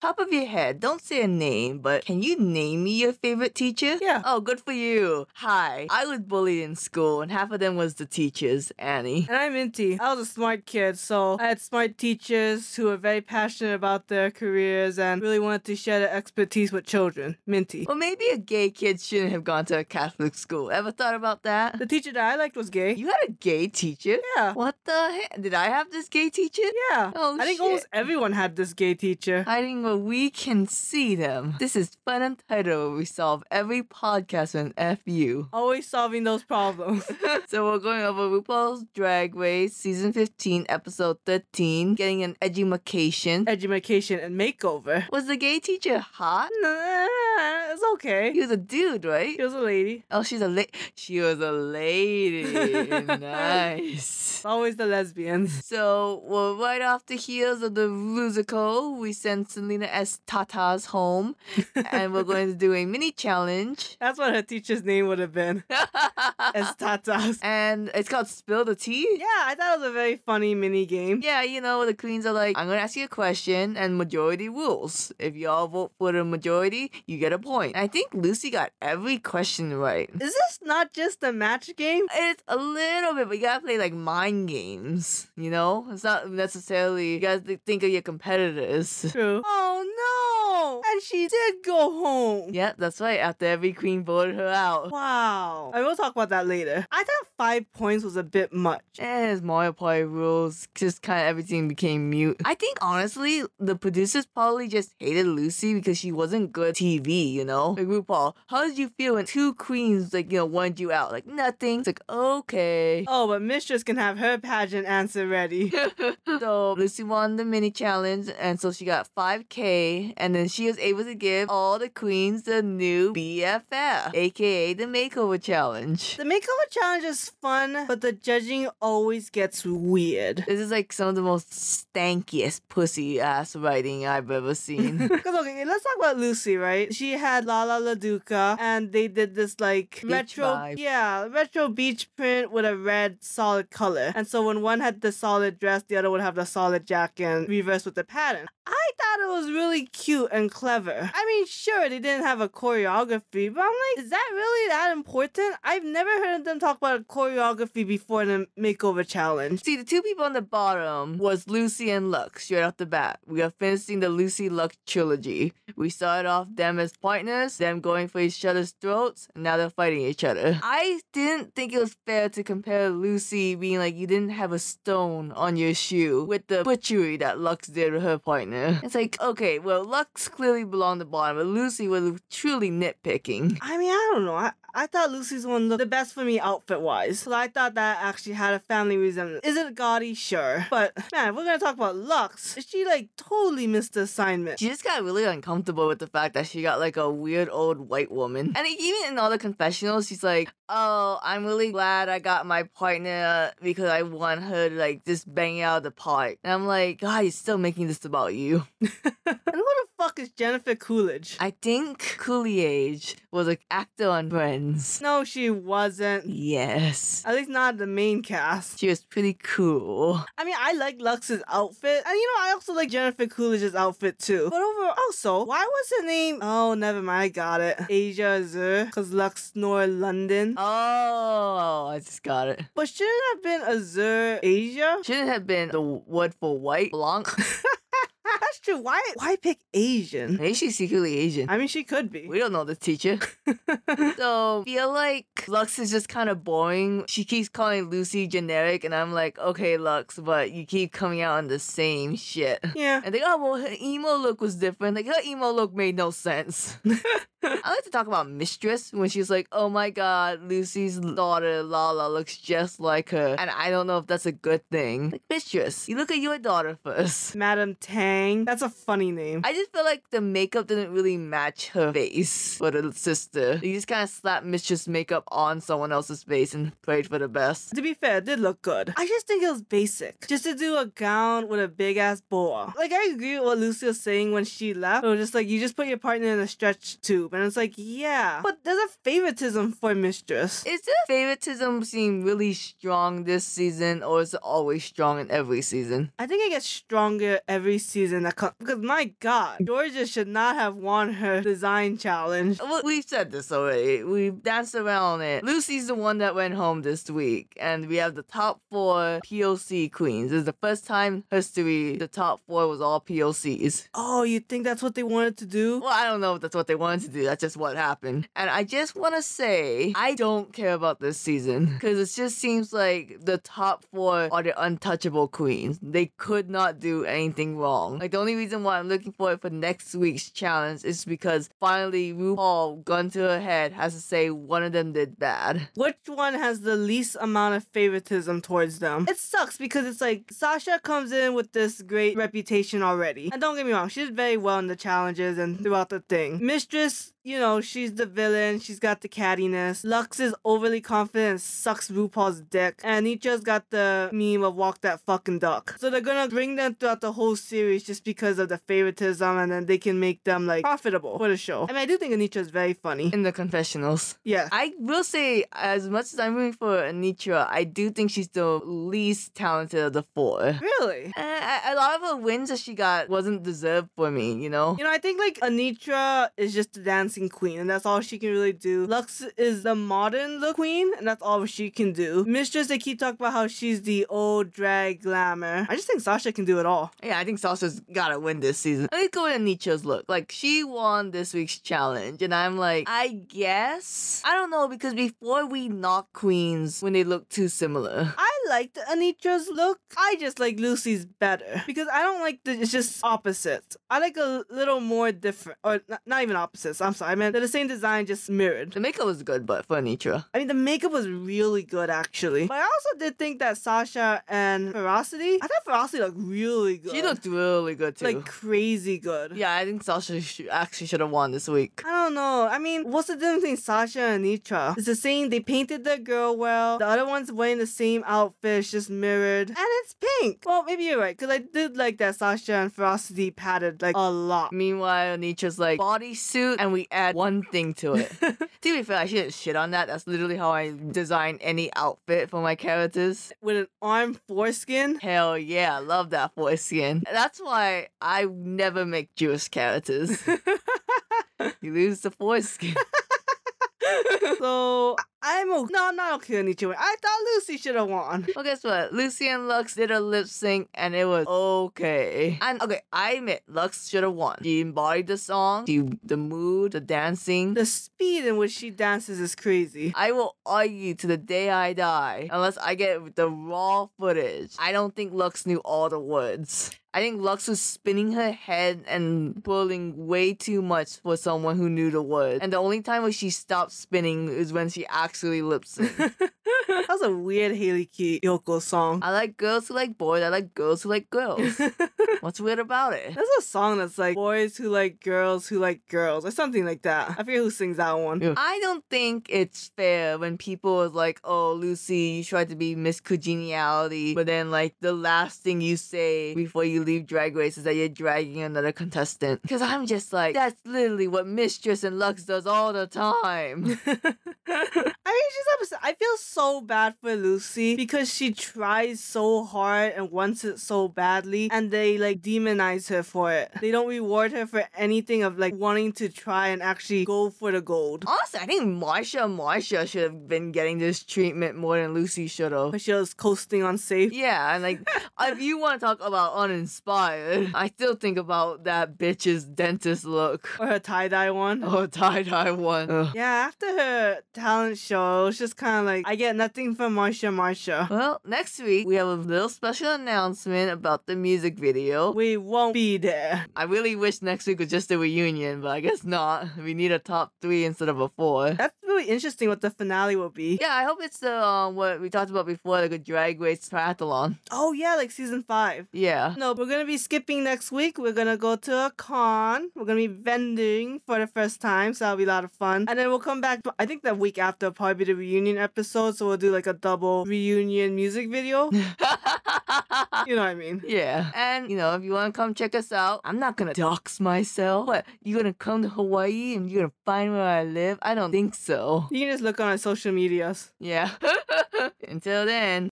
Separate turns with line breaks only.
Top of your head, don't say a name, but can you name me your favorite teacher?
Yeah.
Oh, good for you. Hi. I was bullied in school, and half of them was the teachers, Annie.
And I'm Inti. I was a smart kid, so I had smart teachers who were very passionate about their careers and really wanted to share their expertise with children. Minty.
Well, maybe a gay kid shouldn't have gone to a Catholic school. Ever thought about that?
The teacher that I liked was gay.
You had a gay teacher?
Yeah.
What the heck? Did I have this gay teacher?
Yeah.
Oh,
I think
shit.
almost everyone had this gay teacher.
Hiding where we can see them. This is Fun and Title where we solve every podcast with an FU.
Always solving those problems.
so we're going over RuPaul's Drag Race, Season 15, Episode 13, getting an edumacation.
Edumacation and makeover.
Was the gay teacher hot?
Nah, it's okay.
He was a dude, right?
She was a lady.
Oh, she's a la- she was a lady. nice.
It's always the lesbians.
So we're right off the heels of the musical. We send Selena S. Tata's home, and we're going to do a mini challenge.
That's what her teacher's name would have been. As Tatas.
and it's called Spill the Tea.
Yeah, I thought it was a very funny mini game.
Yeah, you know, the queens are like, I'm gonna ask you a question, and majority rules. If y'all vote for the majority, you get a point. I think Lucy got every question right.
Is this not just a match game?
It's a little bit, but you gotta play like mind games, you know? It's not necessarily, you gotta th- think of your competitors.
True. Oh no! And she did go home.
yep, that's right, after every queen voted her out.
Wow. I will talk about that later. I thought five points was a bit much.
And as Mario Party rules, just kind of everything became mute. I think honestly, the producers probably just hated Lucy because she wasn't good TV, you know? Like RuPaul, how did you feel when two queens, like, you know, wanted you out? Like, nothing. It's like, okay.
Oh, but Mistress can have her pageant answer ready.
so Lucy won the mini challenge, and so she got 5K, and then she was able to give all the queens the new BFF, aka the makeover challenge.
The makeover challenge is fun, but the judging always gets weird.
This is like some of the most stankiest pussy ass writing I've ever seen.
Because okay, let's talk about Lucy, right? She had Lala LaDuca, and they did this like retro,
vibe.
yeah, retro beach print with a red solid color. And so when one had the solid dress, the other would have the solid jacket, and reverse with the pattern. I thought it was really cute and clever. I mean, sure, they didn't have a choreography, but I'm like, is that really that important? I've never heard of them talk about a choreography before in a makeover challenge.
See, the two people on the bottom was Lucy and Lux straight off the bat. We are finishing the Lucy Lux trilogy. We started off them as partners, them going for each other's throats, and now they're fighting each other. I didn't think it was fair to compare Lucy being like, you didn't have a stone on your shoe with the butchery that Lux did with her partner. It's like, okay, well, Lux clearly belonged to the bottom, but Lucy was truly nitpicking.
I mean, I don't know. I, I thought Lucy's one looked the best for me outfit wise. So I thought that actually had a family resemblance. Is it gaudy? Sure. But man, we're gonna talk about Lux. She like totally missed the assignment.
She just got really uncomfortable with the fact that she got like a weird old white woman. And even in all the confessionals, she's like, Oh, I'm really glad I got my partner because I want her to like just bang it out of the park. And I'm like, God, he's still making this about you.
and who the fuck is Jennifer Coolidge?
I think Coolidge was an actor on Friends.
no, she wasn't.
Yes.
At least not the main cast.
She was pretty cool.
I mean, I like Lux's outfit. And you know, I also like Jennifer Coolidge's outfit too. But overall, also, why was her name? Oh, never mind. I got it. Asia Azur. Because Lux nor London.
Oh, I just got it.
But shouldn't it have been Azure Asia?
Shouldn't have been the word for white, Blanc.
That's true. Why why pick Asian?
Maybe she's secretly Asian.
I mean she could be.
Mm-hmm. We don't know the teacher. so feel like Lux is just kind of boring. She keeps calling Lucy generic, and I'm like, okay, Lux, but you keep coming out on the same shit.
Yeah.
And they oh well, her emo look was different. Like her emo look made no sense. I like to talk about Mistress when she's like, oh my god, Lucy's daughter Lala looks just like her, and I don't know if that's a good thing. Like Mistress, you look at your daughter first.
Madam Tang. That's a funny name.
I just feel like the makeup didn't really match her face for the sister. You just kind of slapped Mistress makeup on someone else's face and prayed for the best.
to be fair, it did look good. I just think it was basic. Just to do a gown with a big ass boa. Like I agree with what Lucy was saying when she left. It was just like you just put your partner in a stretch tube. And And it's like, yeah. But there's a favoritism for mistress.
Is the favoritism seem really strong this season, or is it always strong in every season?
I think it gets stronger every season that comes. Because my God, Georgia should not have won her design challenge.
Well, we've said this already. We've danced around it. Lucy's the one that went home this week, and we have the top four POC queens. It's the first time in history the top four was all POCs.
Oh, you think that's what they wanted to do?
Well, I don't know if that's what they wanted to do. That's just what happened. And I just want to say, I don't care about this season because it just seems like the top four are the untouchable queens. They could not do anything wrong. Like, the only reason why I'm looking forward for next week's challenge is because finally RuPaul, gun to her head, has to say one of them did bad.
Which one has the least amount of favoritism towards them? It sucks because it's like Sasha comes in with this great reputation already. And don't get me wrong, she did very well in the challenges and throughout the thing. Mistress, you know, she's the villain, she's got the cattiness. Lux is overly confident and sucks RuPaul's dick. And Nietzsche's got the meme of walk that fucking duck. So they're gonna bring them throughout the whole series just because of the favoritism and then they can make them like profitable for the show. I mean, I do think Nietzsche is very funny.
In the confessionals.
Yeah.
I will say, as much as I'm rooting for Anitra, I do think she's the least talented of the four.
Really?
Eh, a a lot of her wins that she got wasn't deserved for me, you know?
You know, I think like Anitra is just the dancing queen, and that's all she can really do. Lux is the modern look queen, and that's all she can do. Mistress, they keep talking about how she's the old drag glamour. I just think Sasha can do it all.
Yeah, I think Sasha's gotta win this season. Let me go with Nietzsche's look. Like, she won this week's challenge, and I'm like, I guess? I don't know, because before we knock queens when they look too similar.
I liked Anitra's look. I just like Lucy's better because I don't like the it's just opposites. I like a little more different, or not, not even opposites. I'm sorry, I meant they're the same design, just mirrored.
The makeup was good, but for Anitra.
I mean, the makeup was really good, actually. But I also did think that Sasha and Ferocity, I thought Ferocity looked really good.
She looked really good, too.
like crazy good.
yeah, I think Sasha sh- actually should have won this week.
I don't know. I mean, what's the difference between Sasha and Nitra? It's the same. They painted the girl well. The other one's wearing the same outfit, it's just mirrored, and it's pink. Well, maybe you're right, because I did like that Sasha and Ferocity padded like a lot.
Meanwhile, Nietzsche's like bodysuit, and we add one thing to it. to be fair, I shouldn't shit on that. That's literally how I design any outfit for my characters.
With an arm foreskin,
Hell yeah, I love that foreskin. That's why I never make Jewish characters. you lose the foreskin.
so I- I'm okay. No, I'm not okay with Nietzsche. I thought Lucy should have won.
well, guess what? Lucy and Lux did a lip sync, and it was okay. And okay, I admit Lux should have won. She embodied the song, she, the mood, the dancing.
The speed in which she dances is crazy.
I will argue to the day I die unless I get the raw footage. I don't think Lux knew all the words. I think Lux was spinning her head and pulling way too much for someone who knew the words. And the only time when she stopped spinning is when she actually lip synced.
that was a weird Haley Kiyoko song.
I like girls who like boys. I like girls who like girls. What's weird about it?
There's a song that's like boys who like girls who like girls or something like that. I forget who sings that one.
Yeah. I don't think it's fair when people are like, oh, Lucy, you tried to be Miss Congeniality, but then, like, the last thing you say before you leave Drag Race is that you're dragging another contestant. Because I'm just like, that's literally what Mistress and Lux does all the time.
I mean, she's upset. I feel so bad for Lucy because she tries so hard and wants it so badly, and they like demonize her for it. They don't reward her for anything of like wanting to try and actually go for the gold.
Honestly, I think Marsha Marsha should have been getting this treatment more than Lucy should have.
But she was coasting on safe.
Yeah, and like if you want to talk about uninspired, I still think about that bitch's dentist look.
Or her tie dye one.
Oh, tie dye one. Ugh.
Yeah, after her talent show, it's just kind of like, I get nothing from Marsha Marsha.
Well, next week we have a little special announcement about the music video.
We won't be there.
I really wish next week was just a reunion, but I guess not. We need a top three instead of a four.
That's really interesting what the finale will be.
Yeah, I hope it's the um, what we talked about before, like a drag race triathlon.
Oh, yeah, like season five.
Yeah.
No, we're gonna be skipping next week. We're gonna go to a con. We're gonna be vending for the first time, so that'll be a lot of fun. And then we'll come back. I think the week after will probably be the reunion episode, so we'll do like a double reunion music video. You know what I mean?
Yeah. And, you know, if you want to come check us out, I'm not going to dox myself. What? You're going to come to Hawaii and you're going to find where I live? I don't think so.
You can just look on our social medias.
Yeah. Until then.